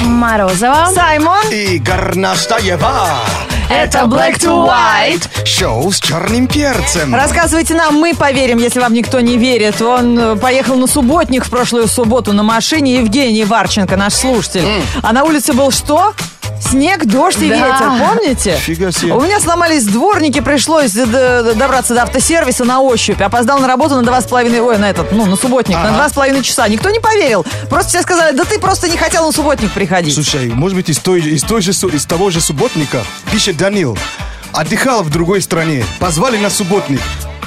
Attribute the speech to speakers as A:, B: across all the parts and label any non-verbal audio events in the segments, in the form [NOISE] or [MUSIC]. A: Морозова.
B: Саймон.
C: И Горнастаева.
A: Это Black to White.
C: Шоу с черным перцем.
B: Рассказывайте нам, мы поверим, если вам никто не верит. Он э, поехал на субботник в прошлую субботу на машине. Евгений Варченко, наш слушатель. А на улице был что? Снег, дождь и
A: Да.
B: ветер, помните?
C: Фига себе.
B: У меня сломались дворники, пришлось д- д- добраться до автосервиса на ощупь. Опоздал на работу на два с половиной, ой, на этот, ну, на субботник, на
C: Ага.
B: два с половиной часа. Никто не поверил. Просто все сказали, да ты просто не хотел на субботник приходить.
C: Слушай, может быть, из, той, из, той же, су- из того же субботника пишет Данил. Отдыхал в другой стране. Позвали на субботник.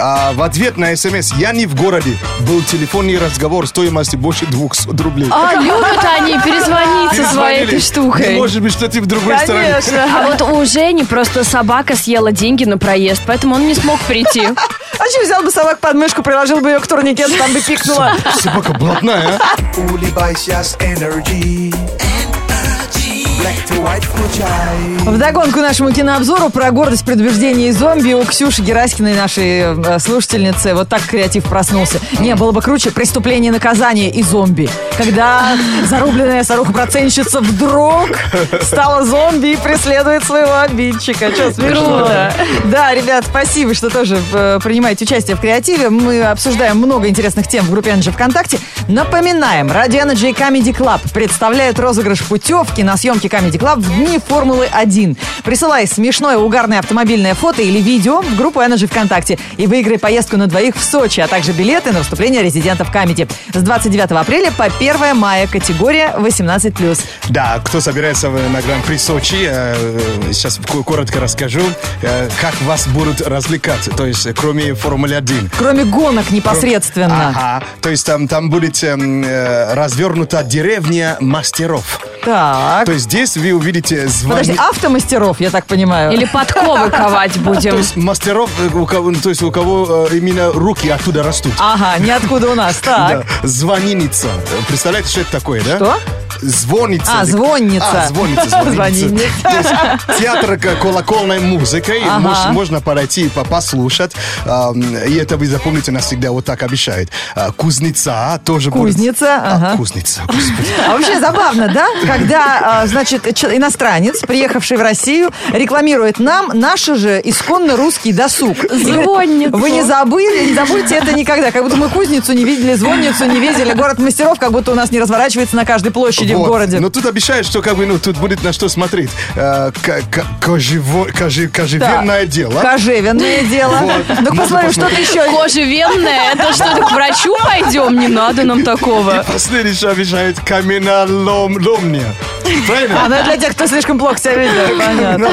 C: А в ответ на смс «Я не в городе». Был телефонный разговор стоимостью больше 200 рублей.
A: А, любят они перезвонить со своей
C: Перезвонили.
A: этой штукой.
C: Может быть, что ты в другой стране.
B: Конечно.
A: А вот у Жени просто собака съела деньги на проезд, поэтому он не смог прийти.
B: А что, взял бы собак под мышку, приложил бы ее к турникету, там бы пикнула.
C: Собака блатная, а?
D: Улыбайся с Energy. Black to white включай.
B: Вдогонку нашему кинообзору про гордость, предубеждение и зомби у Ксюши Гераськиной, нашей э, слушательницы, вот так креатив проснулся. Не, было бы круче преступление, наказание и зомби. Когда зарубленная старуха-проценщица вдруг стала зомби и преследует своего обидчика. Что, смешно?
A: Круто.
B: Да, ребят, спасибо, что тоже э, принимаете участие в креативе. Мы обсуждаем много интересных тем в группе Energy ВКонтакте. Напоминаем, Radio Energy и Comedy Club представляют розыгрыш путевки на съемки Comedy Club в дни Формулы-1. Присылай смешное угарное автомобильное фото или видео в группу Energy ВКонтакте и выиграй поездку на двоих в Сочи, а также билеты на выступление резидентов Comedy. С 29 апреля по 1 мая категория 18+.
C: Да, кто собирается в- на Гран-при Сочи, э, сейчас ко- коротко расскажу, э, как вас будут развлекать, то есть э, кроме Формулы-1.
B: Кроме гонок непосредственно.
C: Ага, то есть там, там будет эм, э, развернута деревня мастеров.
B: Так.
C: То есть здесь вы увидите звание...
B: Подожди, а автомастеров, я так понимаю.
A: Или подковы ковать
C: То
A: будем.
C: есть мастеров, э, у кого, то есть у кого э, именно руки оттуда растут.
B: Ага, ниоткуда у нас, А, так.
C: Да, звонинница. Э, Представляете, что это такое, да?
B: Что?
C: Звонница.
B: А, звонница.
C: А, звонница,
B: [LAUGHS]
C: звонница.
B: Звонит.
C: То есть Театр к- колокольной музыкой.
B: Ага.
C: Мож- Можно подойти и по- послушать. Ам, И это вы запомните навсегда, вот так обещают. А, Кузнеца тоже будет-
B: Кузница,
C: А,
B: ага.
C: Кузница, господи.
B: А вообще забавно, да? Когда, а, значит, ч- иностранец, приехавший в Россию, рекламирует нам наши же исконно русский досуг. И говорит,
A: Звонницу.
B: Вы не забыли, не забудьте это никогда. Как будто мы кузницу не видели, звонницу не видели, город мастеров, как будто у нас не разворачивается на каждой площади в
C: Вот.
B: городе.
C: Но тут обещают, что как бы, ну, тут будет на что смотреть. Э, к- к- кожево- кожи- Кожевенное дело.
B: Кожевенное дело.
C: Вот.
B: Ну-ка
C: Можно
B: посмотрим, что ты еще
A: Кожевенная, это что-то к врачу пойдем? Не надо нам такого.
C: Последний, что обещают, каменоломня. Правильно?
B: Она для тех, кто слишком плохо себя ведет, Ну, понятно.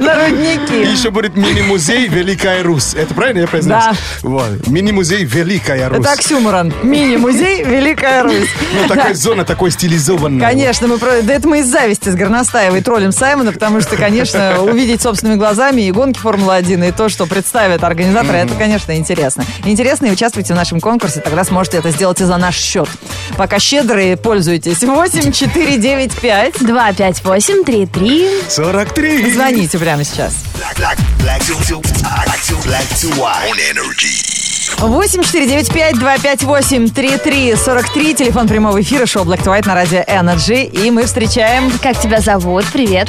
B: На
C: И
B: рудники.
C: еще будет мини-музей «Великая Русь». Это правильно я произнес?
B: Да.
C: Вот. Мини-музей «Великая Русь».
B: Это оксюморон. Мини-музей «Великая Русь». [LAUGHS]
C: Ну, такая зона, такой стилизованная.
B: Конечно, мы про... да это мы из зависти с Горностаевой троллим Саймона, потому что, конечно, увидеть собственными глазами и гонки Формулы-1, и то, что представят организаторы, это, конечно, интересно. Интересно, и участвуйте в нашем конкурсе, тогда сможете это сделать и за наш счет. Пока щедрые, пользуйтесь. 8 4 9 5.
A: 2, 5, 8, 3, 3.
C: 43.
B: Звоните прямо сейчас.
D: Black, black, black to, to, black to, black to white. On energy.
B: 8495-258-3343, телефон прямого эфира, шоу Black to White на радио Energy, и мы встречаем...
A: Как тебя зовут? Привет.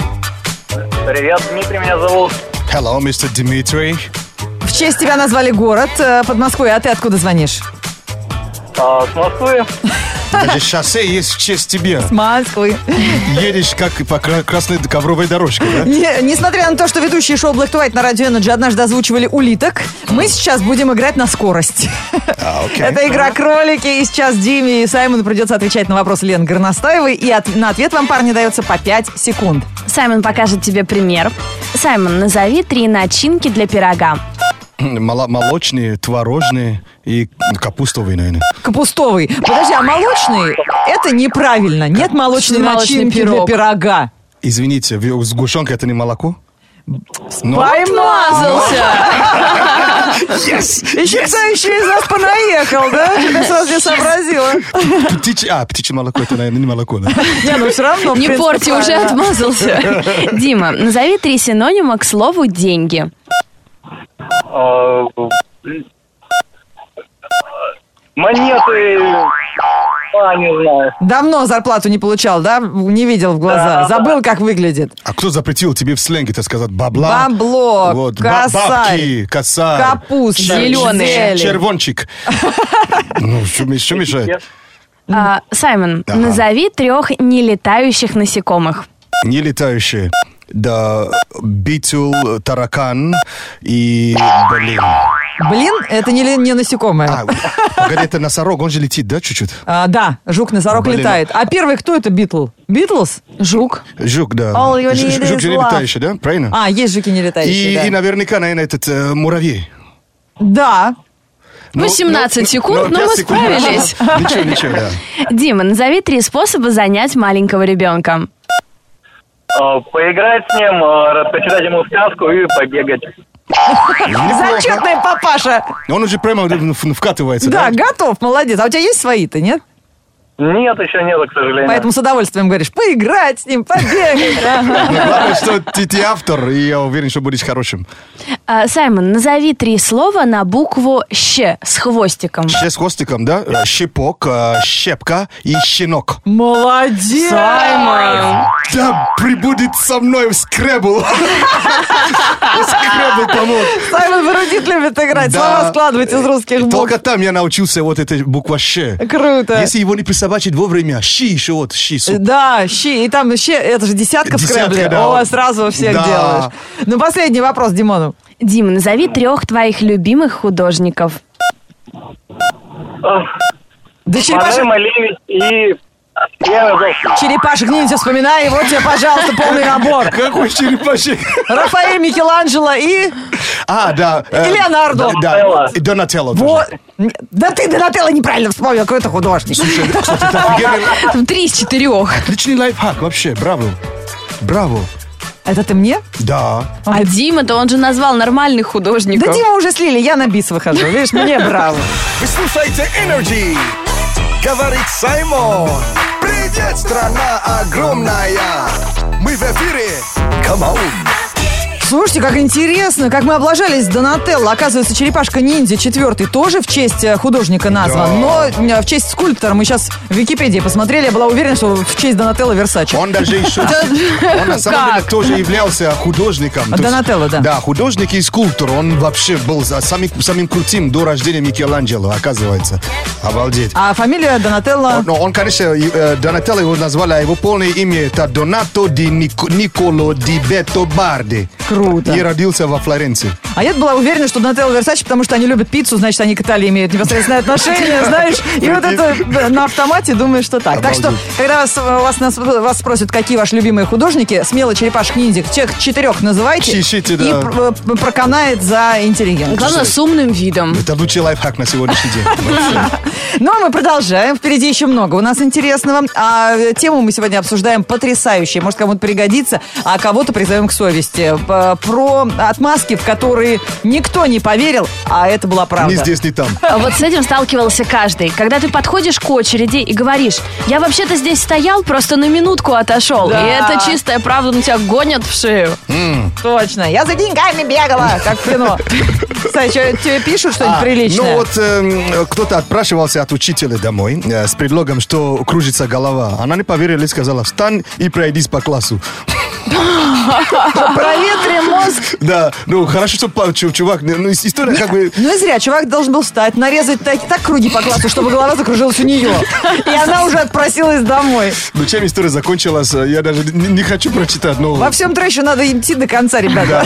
E: Привет, Дмитрий меня зовут.
C: Hello, Mr. Dimitri.
B: В честь тебя назвали город э, под Москвой, а ты откуда звонишь?
E: А, с Москвы.
C: Даже шоссе есть в честь тебя.
B: Москвы.
C: Едешь как по кра- красной ковровой дорожке, да?
B: Не- несмотря на то, что ведущие шоу Black to White на радио Energy однажды озвучивали улиток, мы сейчас будем играть на скорость.
C: А, окей.
B: [LAUGHS] Это игра кролики, и сейчас Диме и Саймону придется отвечать на вопрос Лены Горностаевой, и от- на ответ вам, парни, дается по 5 секунд.
A: Саймон покажет тебе пример. Саймон, назови три начинки для пирога.
C: Моло- молочные, творожные и капустовые, наверное.
B: Капустовый. Подожди, а молочный? Это неправильно. Нет молочной
A: Что за молочный
B: начинки
A: пирог?
B: для пирога.
C: Извините, в- сгущенка это не молоко? Ну,
B: Поймазался! Еще кто еще из нас понаехал, да? Тебя сразу не сообразила.
C: птичь- а, птичье молоко, это, наверное, не
B: [LAUGHS]
C: молоко, да?
B: Не, ну все равно. в
A: Не
B: принципе,
A: порти, уже
B: правильно. [LAUGHS]
A: отмазался. Дима, назови три синонима к слову «деньги».
E: А, блин. Монеты. А, не знаю.
B: Давно зарплату не получал, да? Не видел в глаза.
E: Да,
B: Забыл, как выглядит.
C: А кто запретил тебе в сленге это сказать? Бабла?
B: Бабло,
C: Вот, ба-
B: косарь,
C: бабки, косарь.
B: капуста,
C: чер-
A: Зелёные.
B: [LAUGHS]
C: чер- Червончик. Ну, что ми- что мешает?
A: А, Саймон,
C: Ага.
A: назови трех нелетающих насекомых.
C: Не летающие. Да, битул, таракан и... Блин.
B: Блин, это не, ли- не насекомое.
C: А, погоди, это носорог, он же летит, да, чуть-чуть?
B: А, да, жук-носорог
C: Блин.
B: летает. А первый кто это Битл? Битлз?
A: Жук.
C: Жук, да.
B: All you
C: Ж-
B: need
C: Жук же
B: is
C: не
B: love.
C: летающий, да? Правильно?
B: А, есть жуки не летающие,
C: И,
B: да.
C: и наверняка, наверное, этот э, муравей.
B: Да.
A: Ну, 17 секунд, но
C: ну, пять
A: мы
C: секунд.
A: справились.
C: [LAUGHS] Ничего, ничего, да.
A: Дима, назови три способа занять маленького ребенка.
E: А, Поиграть с ним, а, почитать ему сказку и побегать.
C: Неплохо.
B: Зачетный папаша.
C: Он уже прямо в- в- вкатывается,
B: Да,
C: да?
B: готов, молодец. А у тебя есть свои-то, нет?
E: Нет, еще нету, к сожалению.
B: Поэтому с удовольствием говоришь, поиграть с ним, побегать.
A: [LAUGHS]
B: Ага.
C: Но главное, что ты, ты автор, и я уверен, что будешь хорошим.
A: А, Саймон, назови три слова на букву «щ» с хвостиком.
C: Ще с хвостиком, да? Э, Щепок, э, щепка и щенок.
B: Молодец.
A: Саймон!
C: Да прибудет со мной в скребл. [LAUGHS] Скребл помог.
B: Саймон Бородит любит играть, слова складывать из русских букв.
C: Только там я научился вот этой буква «щ».
B: Круто.
C: Если его не присобачить вовремя, «щи» еще вот, «щи». суп.
B: Да, щи, и там еще, это же десятка,
C: Десятка,
B: в скребле.
C: да.
B: О, сразу всех
C: Да.
B: делаешь. Ну, последний вопрос Димону.
A: Дима, назови трех твоих любимых художников.
E: А,
B: Да черепашек,
E: Мадам Малевич и... Я его
B: черепашек ниндзя вспоминай, и вот тебе, пожалуйста, полный набор.
C: Какой черепашек?
B: Рафаэль, Микеланджело и...
C: А, да. э,
B: И Леонардо.
C: Да, и Донателло тоже.
B: Вот. Да ты Донателло неправильно вспомнил, какой ты художник.
C: Слушай, кстати, это офигенный
A: Три из четырех.
C: Отличный лайфхак вообще, браво. Браво.
B: Это ты мне?
C: Да.
A: А Дима-то он же назвал нормальных художников.
B: Да Дима уже слили, я на бис выхожу. Видишь, мне браво.
D: Вы слушаете Energy. Говорит Саймон. Привет, страна огромная. Мы в эфире. Come on.
B: Слушайте, как интересно, как мы облажались с Донателло. Оказывается, черепашка ниндзя четвертый тоже в честь э, художника назван, но э, в честь скульптора. Мы сейчас в Википедии посмотрели, я была уверена, что в честь Донателло Версачи.
C: Он даже еще... Он на самом деле тоже являлся художником. То есть-
B: Донателло, да.
C: Да, художник и скульптор. Он вообще был за самый- самим крутым до рождения Микеланджело, оказывается. Обалдеть.
B: А фамилия Донателло...
C: Но он, конечно, и, э, Донателло его назвали, а его полное имя это Донато ди Нико- Николо ди Бето Барди.
B: Круто.
C: И родился во Флоренции.
B: А я была уверена, что Донателло Версачи, потому что они любят пиццу, значит, они к Италии имеют непосредственное отношение, знаешь. И вот это э, на автомате думаешь, что так. Так что,
C: Обалдеть.
B: когда вас, э, вас, нас- вас спросят, какие ваши любимые художники, смело черепашек ниндзя, тех четырех называйте.
C: Чищите, да.
B: И пр- пр- проканает за интеллигент.
A: Главное, с умным видом.
C: Это лучший лайфхак на сегодняшний
B: [LAUGHS]
C: день. Вообще.
B: Ну, а мы продолжаем. Впереди еще много у нас интересного. А э, тему мы сегодня обсуждаем потрясающую. Может, кому-то пригодится, а кого-то призовем к совести. П- Про отмазки, в которые никто не поверил, а это была правда.
C: Ни здесь, ни там.
A: А Вот с этим сталкивался каждый. Когда ты подходишь к очереди и говоришь, я вообще-то здесь стоял, просто на минутку отошел.
B: Да.
A: И это чистая правда, на тебя гонят в шею.
B: Точно. Я за деньгами бегала, как в кино. Сань, чё, тебе пишут что-нибудь
C: А,
B: приличное?
C: Ну вот эм, кто-то отпрашивался от учителя домой э, с предлогом, что кружится голова. Она не поверила и сказала, встань и пройдись по классу. [LAUGHS]
B: Проветри мозг.
C: Да, ну хорошо, что па- чу- чувак, ну ис- история как бы...
B: Ну и зря, чувак должен был встать, нарезать так, так круги по классу, чтобы голова закружилась у нее. И она уже отпросилась домой.
C: Ну чем история закончилась, э, я даже не, не хочу прочитать, но...
B: Во всем трэше надо идти до конца, ребята.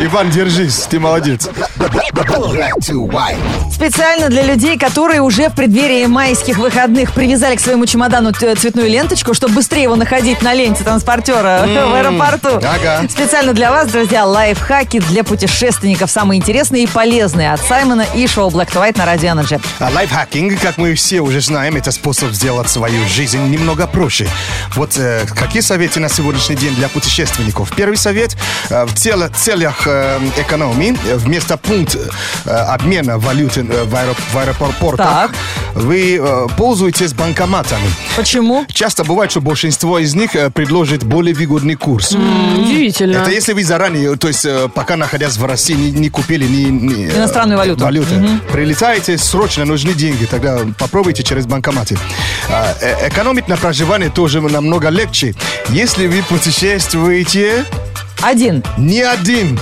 C: Иван, держись, ты молодец.
D: Black to white.
B: Специально для людей, которые уже в преддверии майских выходных привязали к своему чемодану т- цветную ленточку, чтобы быстрее его находить на ленте транспортера [LAUGHS] в аэропорту.
C: ага.
B: Специально для вас, друзья, лайфхаки для путешественников самые интересные и полезные от Саймона и шоу Black to White на Радио Energy.
C: А лайфхакинг, как мы все уже знаем, это способ сделать свою жизнь немного проще. Вот э, какие советы на сегодняшний день для путешественников? Первый совет э, в цел- целях э, экономии э, вместо пункт э, обмена валюты э, в, аэро- в аэропортах
B: Так.
C: вы э, пользуетесь банкоматами.
B: Почему?
C: Часто бывает, что большинство из них э, предложит более выгодные недельный курс.
A: Удивительно.
C: Это если вы заранее, то есть э, пока находясь в России, не, не купили ни, ни, э,
B: Иностранную валюту.
C: валюты. Прилетаете, срочно нужны деньги, тогда попробуйте через банкоматы. А, э, экономить на проживание тоже намного легче. Если вы путешествуете
B: Один.
C: не один,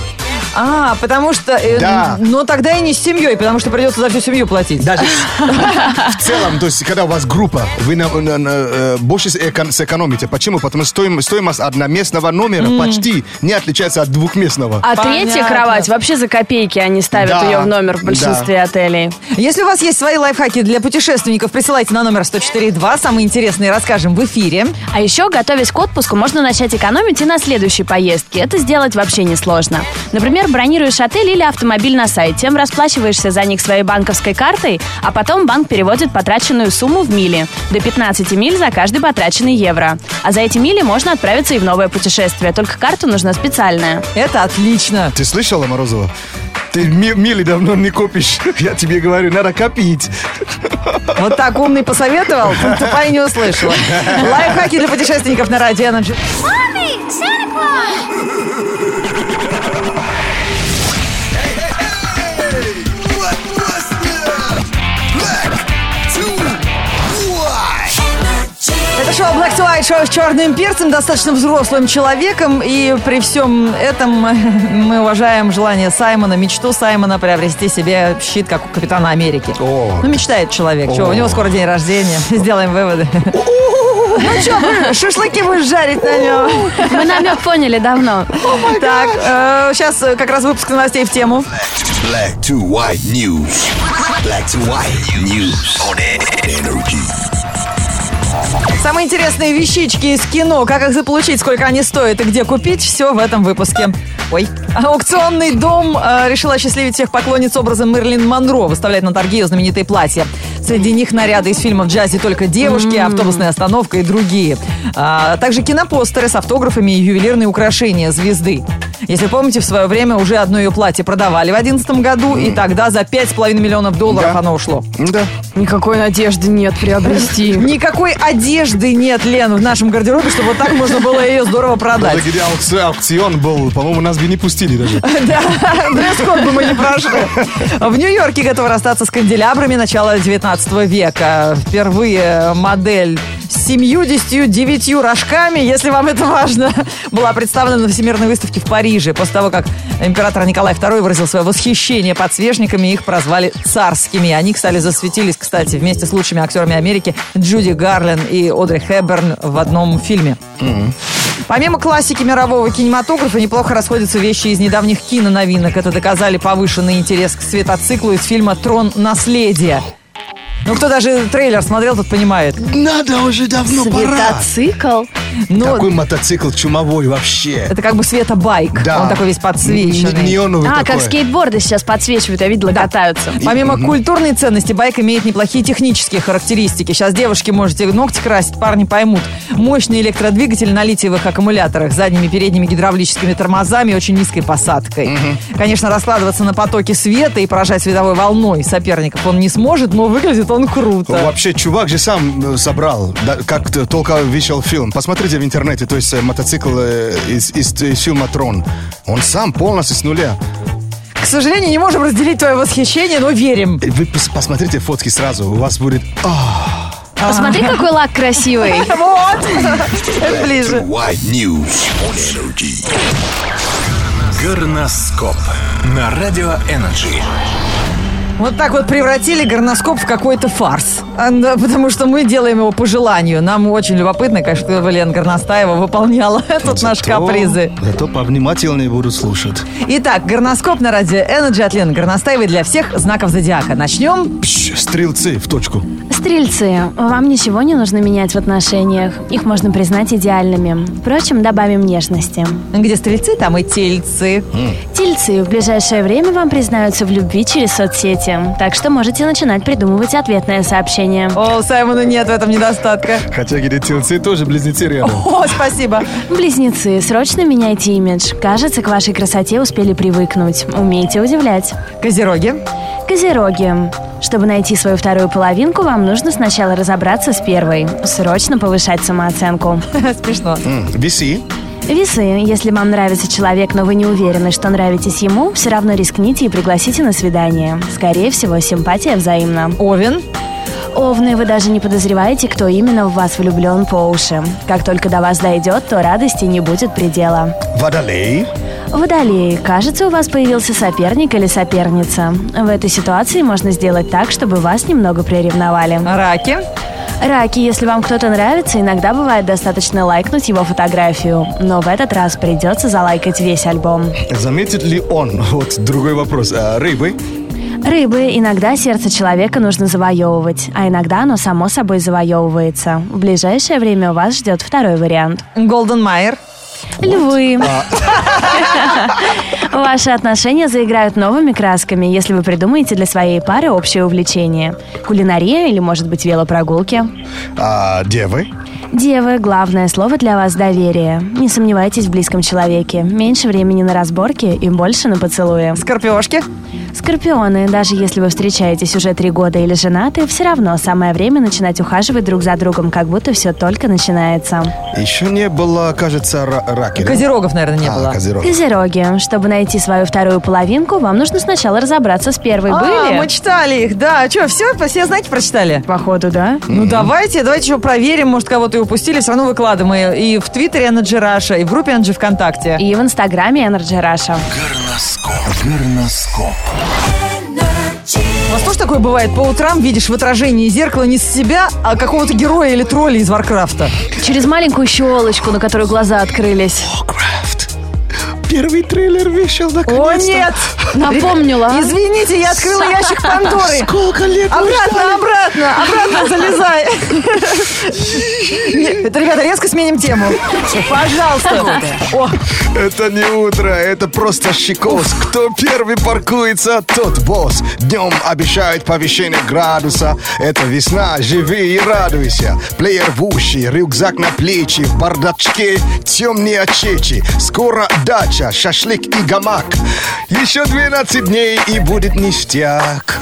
B: А, потому что... э,
C: Да.
B: н- Но тогда и не с семьей, потому что придется за всю семью платить.
C: даже в целом, то есть когда у вас группа, вы на- на- на, э, больше сэкон- сэкономите. Почему? Потому что стоим- стоимость одноместного номера почти не отличается от двухместного.
A: А
B: Понятно.
A: третья кровать вообще за копейки они ставят
C: Да,
A: ее в номер в большинстве отелей.
B: [LAUGHS] Если у вас есть свои лайфхаки для путешественников, присылайте на номер 104.2. Самые интересные расскажем в эфире.
A: А еще, готовясь к отпуску, можно начать экономить и на следующей поездке. Это сделать вообще несложно. Например, бронируешь отель или автомобиль на сайте, расплачиваешься за них своей банковской картой, а потом банк переводит потраченную сумму в мили. До 15 миль за каждый потраченный евро. А за эти мили можно отправиться и в новое путешествие, только карту нужна специальная.
B: Это отлично.
C: Ты слышала, Морозова? Ты ми- мили давно не копишь. [LAUGHS] Я тебе говорю, надо [LAUGHS] копить.
B: Вот так умный посоветовал, тупая не услышала. Лайфхаки для путешественников на радио Energy.
D: What was that? Black to white.
B: Это шоу Black to White, шоу с черным перцем, достаточно взрослым человеком. И при всем этом [LAUGHS] мы уважаем желание Саймона, мечту Саймона приобрести себе щит, как у Капитана Америки.
C: О.
B: Ну, мечтает человек. Чего, у него скоро день рождения. Сделаем выводы. Ну что, шашлыки будешь жарить на нем.
A: Мы намек поняли давно.
B: Так, э, сейчас как раз выпуск новостей в тему.
D: Black to white news. Black to white news on energy.
B: Самые интересные вещички из кино, как их заполучить, сколько они стоят и где купить, все в этом выпуске. Ой. Аукционный дом э, решил осчастливить всех поклонниц образом Мерлин Монро, выставляет на торги ее знаменитые платья. Среди них наряды из фильмов «Джазе только девушки», «Автобусная остановка» и другие. А также кинопостеры с автографами и ювелирные украшения звезды. Если помните, в свое время уже одно ее платье продавали в 2011 году, и тогда за 5,5 миллионов долларов
C: Да.
B: оно ушло.
C: Да.
A: Никакой надежды нет приобрести.
B: Никакой одежды нет, Лен, в нашем гардеробе, чтобы вот так можно было ее здорово продать.
C: Где аукци- аукцион был, по-моему, нас бы не пустили даже.
B: [LAUGHS] Да, дресс-код бы мы не прошли. В Нью-Йорке готовы расстаться с канделябрами начала 19 века. Впервые модель с 79 рожками, если вам это важно, была представлена на Всемирной выставке в Париже. После того, как император Николай II выразил свое восхищение подсвечниками, их прозвали царскими. Они, кстати, засветились, кстати, вместе с лучшими актерами Америки Джуди Гарлен и Одри Хэбберн в одном фильме. Помимо классики мирового кинематографа, неплохо расходятся вещи из недавних киноновинок. Это доказали повышенный интерес к светоциклу из фильма «Трон. Наследие». Ну, кто даже трейлер смотрел, тот понимает.
C: Надо уже давно пора.
A: Светоцикл?
B: Ну,
C: Такой мотоцикл чумовой вообще.
B: это как бы светобайк.
C: Да.
B: Он такой весь подсвеченный.
C: Н- Неоновый
A: А,
C: такой.
A: как скейтборды сейчас подсвечивают, я видела, катаются.
B: Помимо культурной ценности, байк имеет неплохие технические характеристики. Сейчас девушки можете ногти красить, парни поймут. Мощный электродвигатель на литиевых аккумуляторах с задними и передними гидравлическими тормозами и очень низкой посадкой. Конечно, раскладываться на потоке света и поражать световой волной соперников он не сможет, но выглядит он круто.
C: Вообще, чувак же сам э, собрал, да, как т- только вышел фильм. Посмотрите в интернете, то есть э, мотоцикл э, из, из- из фильма «Трон». Он сам полностью с нуля.
B: К сожалению, не можем разделить твое восхищение, но верим.
C: И Вы пос- посмотрите фотки сразу, у вас будет... «А,
A: Посмотри, какой лак красивый.
B: Вот! [LAUGHS] Это ближе.
D: White news on energy.
F: Горноскоп на Радио Энерджи.
B: Вот так вот превратили горноскоп в какой-то фарс. А, да, Потому что мы делаем его по желанию. Нам очень любопытно, конечно, чтобы Лен Горностаева выполняла [LAUGHS] тут наши
C: зато-
B: капризы.
C: Зато повнимательнее буду слушать.
B: Итак, горноскоп на радио Energy от Лены Горностаевой для всех знаков зодиака. Начнем.
C: Пш, стрелцы в точку.
A: Стрельцы, вам ничего не нужно менять в отношениях. Их можно признать идеальными. Впрочем, добавим нежности.
B: Где стрельцы, там и тельцы.
A: Тельцы, в ближайшее время вам признаются в любви через соцсети. Так что можете начинать придумывать ответное сообщение.
B: О, у Саймона нет в этом недостатка. [LAUGHS]
C: Хотя где тельцы тоже близнецы рядом.
B: О, спасибо.
A: Близнецы, срочно меняйте имидж. Кажется, к вашей красоте успели привыкнуть. Умейте удивлять.
B: Козероги. [LAUGHS]
A: Козероги. Чтобы найти свою вторую половинку, вам нужно сначала разобраться с первой. Срочно повышать самооценку.
B: Смешно.
C: М, Весы.
A: Весы. Если вам нравится человек, но вы не уверены, что нравитесь ему, все равно рискните и пригласите на свидание. Скорее всего, симпатия взаимна.
B: Овен.
A: Овны, вы даже не подозреваете, кто именно в вас влюблен по уши. Как только до вас дойдет, то радости не будет предела.
C: Водолей.
A: Водолеи, кажется, у вас появился соперник или соперница. В этой ситуации можно сделать так, чтобы вас немного приревновали.
B: Раки.
A: Раки, если вам кто-то нравится, иногда бывает достаточно лайкнуть его фотографию. Но в этот раз придется залайкать весь альбом.
C: Заметит ли он? Вот другой вопрос. А, рыбы.
A: Рыбы, иногда сердце человека нужно завоевывать, а иногда оно само собой завоевывается. В ближайшее время вас ждет второй вариант.
B: Голден Майер.
A: Львы. [LAUGHS] Ваши отношения заиграют новыми красками, если вы придумаете для своей пары общее увлечение. Кулинария или, может быть, велопрогулки.
C: А, девы.
A: Девы, главное слово для вас – доверие. Не сомневайтесь в близком человеке. Меньше времени на разборки и больше на поцелуи.
B: Скорпиошки.
A: Скорпионы, даже если вы встречаетесь уже три года или женаты, все равно самое время начинать ухаживать друг за другом, как будто все только начинается.
C: Еще не было, кажется, ра- раки. да?
B: Козерогов, наверное, не
C: А,
B: было.
C: козерог.
A: Козероги, чтобы найти свою вторую половинку, вам нужно сначала разобраться с первой.
B: А,
A: Были?
B: мы читали их, да. Че, все, все знаки прочитали?
A: Походу, да?
B: Ну давайте, давайте еще проверим, может, кого-то и упустили. Все равно выкладываем и и в Твиттере Energy Раша, и в группе Energy ВКонтакте.
A: И в Инстаграме Energy Раша.
F: Горноскоп. Горноскоп.
B: У вас тоже такое бывает? По утрам видишь в отражении зеркала не себя, а какого-то героя или тролля из Варкрафта.
A: Через маленькую щелочку, на которую глаза открылись.
C: Warcraft. Первый трейлер вышел наконец-то.
B: О, нет!
A: Напомнила. а?
B: Извините, я открыла ящик Пандоры.
C: Сколько лет мы
B: Обратно, обратно, обратно [LAUGHS] залезай. Нет, Ребята, резко сменим тему. Пожалуйста. О,
C: Это не утро, это просто щекос. Кто первый паркуется, тот босс. Днем обещают повышение градуса. Это весна, живи и радуйся. Плеер в уши, рюкзак на плечи, в бардачке темные очечи. Скоро дача, шашлык и гамак. Еще 12 дней и будет ништяк.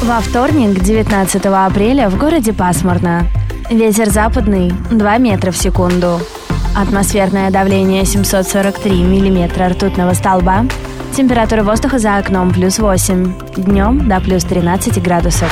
A: Во вторник, 19 апреля, в городе пасмурно. Ветер западный 2 метра в секунду. Атмосферное давление 743 миллиметра ртутного столба. Температура воздуха за окном плюс 8. Днем до плюс 13 градусов.